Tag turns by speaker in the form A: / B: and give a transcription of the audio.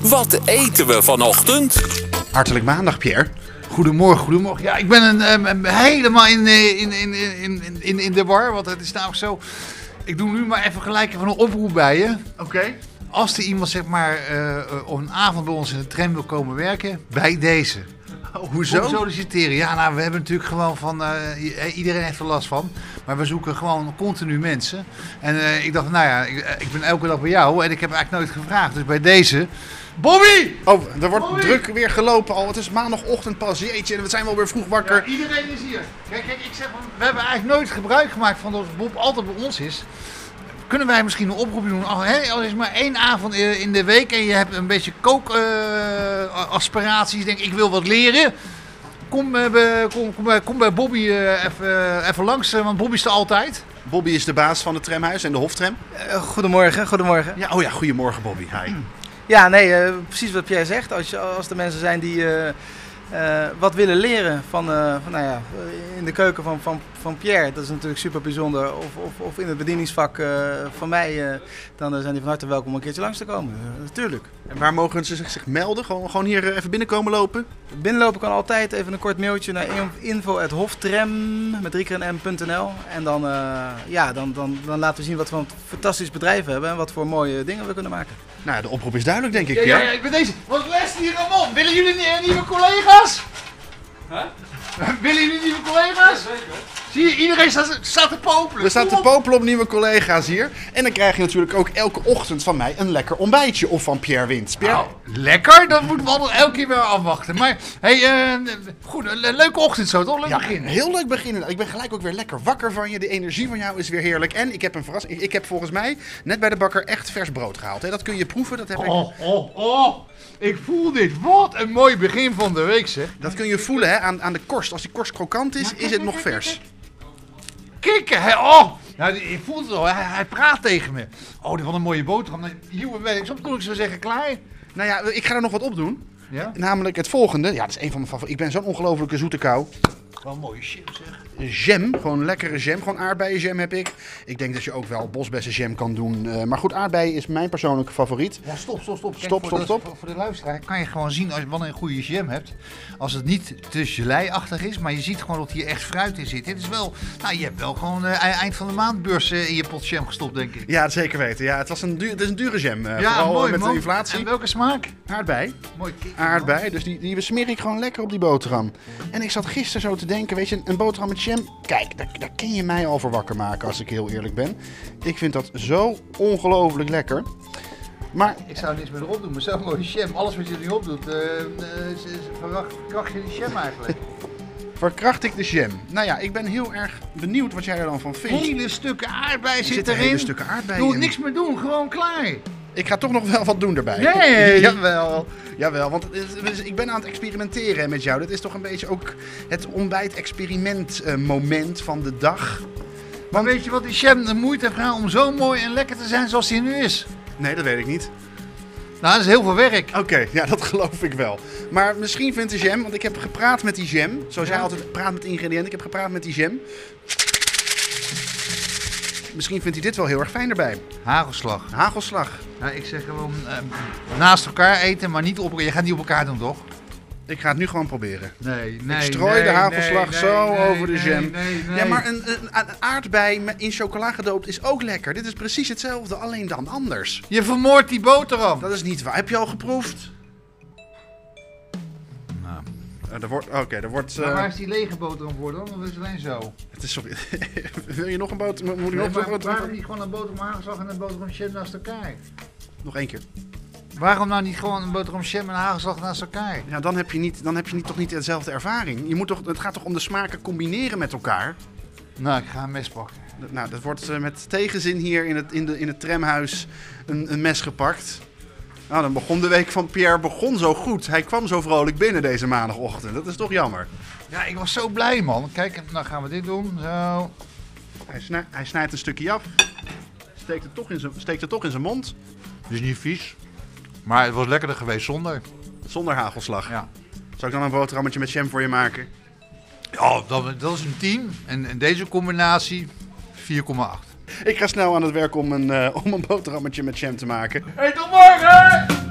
A: Wat eten we vanochtend?
B: Hartelijk maandag, Pierre. Goedemorgen, goedemorgen. Ja, ik ben een, ehm, ehm, helemaal in, eh, in, in, in, in- in, in de war, want het is namelijk zo... Ik doe nu maar even gelijk even een oproep bij je. Oké. Als er iemand zeg maar eh, eh, op een avond bij ons in de tram wil komen werken, bij deze.
C: hoezo?
B: Om solliciteren. Ja, nou, we hebben natuurlijk gewoon van... eh, i- eh, iedereen heeft er last van. Maar we zoeken gewoon continu mensen. En eh, ik dacht, nou ja, ik, eh, ik ben elke dag bij jou en ik heb eigenlijk nooit gevraagd. Dus bij deze... Bobby!
C: Oh, er wordt druk weer gelopen al. Het is maandagochtend pas. Jeetje, en we zijn wel weer vroeg wakker.
B: Ja, iedereen is hier. Kijk, kijk, ik zeg, van, we hebben eigenlijk nooit gebruik gemaakt van dat Bob altijd bij ons is. Kunnen wij misschien een oproep doen? Al, hè, al is het maar één avond eh, in de week en je hebt een beetje kookaspiraties. denk, ik wil wat leren. Kom, eh, bij- kom, kom, bij- kom bij Bobby eh, even, eh, even langs, eh, want Bobby is er altijd.
C: Bobby is de baas van het tramhuis en de hoftram.
D: Eh, Goedemorgen, goedemorgen.
C: Ja, Hmm. oh ja, goedemorgen Bobby. Hi.
D: Ja, nee, eh, precies wat Pierre zegt. Als, je- als er mensen zijn die eh, eh, wat willen leren van, eh, van, nou ja, eh, in de keuken van, van, van Pierre, dat is natuurlijk super bijzonder. Of, of, of in het bedieningsvak eh, van mij, eh, dan eh, zijn die van harte welkom om een keertje langs te komen. Eh, natuurlijk.
C: En waar mogen ze zich, zich melden? Gewoon, gewoon hier eh, even binnenkomen lopen?
D: Binnenlopen kan altijd even een kort mailtje naar in- info.hoftram met drie keer een m.nl. En dan, eh, ja, dan, dan, dan laten we zien wat voor een fantastisch bedrijf we hebben en wat voor mooie dingen we kunnen maken.
C: Nou, de oproep is duidelijk, denk ik. Ja,
B: ik ben deze. Wat les hier allemaal? Willen jullie nie- nieuwe collega's? Willen jullie nieuwe collega's? Zie je, iedereen staat, staat te popelen.
C: We staan te
B: Kom op.
C: popelen op nieuwe collega's hier. En dan krijg je natuurlijk ook elke ochtend van mij een lekker ontbijtje. Of van Pierre Wint. Pierre,
B: Nou, lekker, dat moeten we altijd elke keer weer afwachten. Maar, hey, eh, goed, een le- leuke ochtend zo, toch? Leuk
C: Ja,
B: begin.
C: heel leuk beginnen. Ik ben gelijk ook weer lekker wakker van je. De energie van jou is weer heerlijk. En ik heb een verrassing. Ik- Ik heb volgens mij net bij de bakker echt vers brood gehaald. Hè? Dat kun je proeven. Dat, heb ik,
B: Oh, oh, oh. Ik voel dit. Wat een mooi begin van de week, zeg.
C: dat kun je voelen hè? Aan, aan de korst. Als die korst krokant is, is het nog vers.
B: Kikken, hè? Oh. Nou, ik voel het al. Hij, hij praat tegen me. Oh, dit wat een mooie boterham. Nou, Hier ben ik. Soms kon ik zo zeggen, klaar.
C: Nou ja, ik ga er nog wat op doen.
B: Ja?
C: Namelijk het volgende. Ja, dat is een van mijn favorieten. Ik ben zo'n ongelofelijke zoete kou.
B: Wel mooie chips, zeg.
C: Jam, gewoon lekkere jam. Gewoon aardbeienjam heb ik. Ik denk dat je ook wel bosbessenjam kan doen. Eh, maar goed, aardbeien is mijn persoonlijke favoriet.
B: Ja, stop, stop, stop. Kijk,
C: Stop,
B: voor
C: stop,
B: de-
C: stop.
B: Voor, voor de luisteraar kan je gewoon zien als je wanneer een goede jam hebt. Als het niet te geleiachtig is, maar je ziet gewoon dat hier echt fruit in zit. Dit is wel, nou, je hebt wel gewoon eh, eind van de maand beurs eh, in je pot jam gestopt, denk ik.
C: Ja, dat zeker weten. Ja, het, was een duur, het is een dure jam. eh, vooral eh, met de inflatie.
B: En welke smaak?
C: Aardbei.
B: Mooi kikker, man.
C: aardbei. Dus die, die smeer ik gewoon lekker op die boterham. En ik zat gisteren zo te denken, weet je, een boterham met jam. Kijk, daar, daar kun je mij al voor wakker maken, als ik heel eerlijk ben. Ik vind dat zo ongelooflijk lekker. Maar
B: Ik zou niks meer erop doen, maar zo'n mooie jam. Alles wat je erop doet, eh, eh, is- is- verwacht- verkracht je die jam eigenlijk.
C: verkracht ik de jam? Nou ja, ik ben heel erg benieuwd wat jij er dan van vindt.
B: Hele stukken aardbei zit,
C: zitten
B: erin.
C: hele stukken aardbei
B: Doe
C: in.
B: niks meer doen, gewoon klaar.
C: Ik ga toch nog wel wat doen erbij.
B: Nee.
C: jawel, jawel, want het- ik ben aan het experimenteren met jou. Dat is toch een beetje ook het ontbijt-experiment-moment van de dag.
B: Maar weet je wat die jam de moeite heeft gedaan om zo mooi en lekker te zijn zoals die nu is?
C: Nee, dat weet ik niet.
B: Nou, dat is heel veel werk.
C: Oké, ja, dat geloof ik wel. Maar misschien vindt de jam, want ik heb gepraat met die jam. Zoals jij altijd praat met ingrediënten, ik heb gepraat met die jam. Misschien vindt hij dit wel heel erg fijn erbij.
B: Hagelslag.
C: Hagelslag.
B: Nou, ik zeg gewoon eh, naast elkaar eten, maar niet op, je gaat niet op elkaar doen, toch?
C: Ik ga het nu gewoon proberen.
B: Nee, nee.
C: strooi de hagelslag zo over de jam. Ja, maar
B: een...
C: een, een, een aardbei met- in chocola gedoopt is ook lekker. Dit is precies hetzelfde, alleen dan anders.
B: Je vermoordt die boterham.
C: Dat is niet waar. Heb je al geproefd? Nou. er wordt, Oké, er wordt... eh,
B: Maar waar is die lege boterham voor dan? Of is het alleen zo?
C: het is, sorry. Wil je nog een boter? Moet je
B: Nee,
C: nog,
B: maar
C: nog,
B: waarom niet gewoon een boterham hagelslag en een boterham jam naast elkaar?
C: nog één keer?
B: Waarom nou niet gewoon een boterham jam en hagelslag naast elkaar?
C: Ja, dan heb je, niet, dan heb je niet, toch niet dezelfde ervaring. Je moet toch, het gaat toch om de smaken combineren met elkaar?
B: Nou, ik ga een mes pakken.
C: D- Nou, dat wordt eh, met tegenzin hier in het, in de, in het tramhuis een, een mes gepakt. Nou, dan begon de week van Pierre begon zo goed. Hij kwam zo vrolijk binnen deze maandagochtend. Dat is toch jammer.
B: Ja, ik was zo blij, man. Kijk, nou gaan we dit doen. Zo.
C: Hij, snij- hij snijdt een stukje af, steekt het toch in zijn- steekt het toch in zijn mond,
B: Dus niet vies. Maar het was lekkerder geweest zonder.
C: zonder hagelslag.
B: Ja.
C: Zal ik dan een boterhammetje met jam voor je maken?
B: Ja, dat, dat is een 10. En, en deze combinatie 4,8.
C: Ik ga snel aan het werk om een, eh, om een boterhammetje met jam te maken.
B: Hey, tot morgen!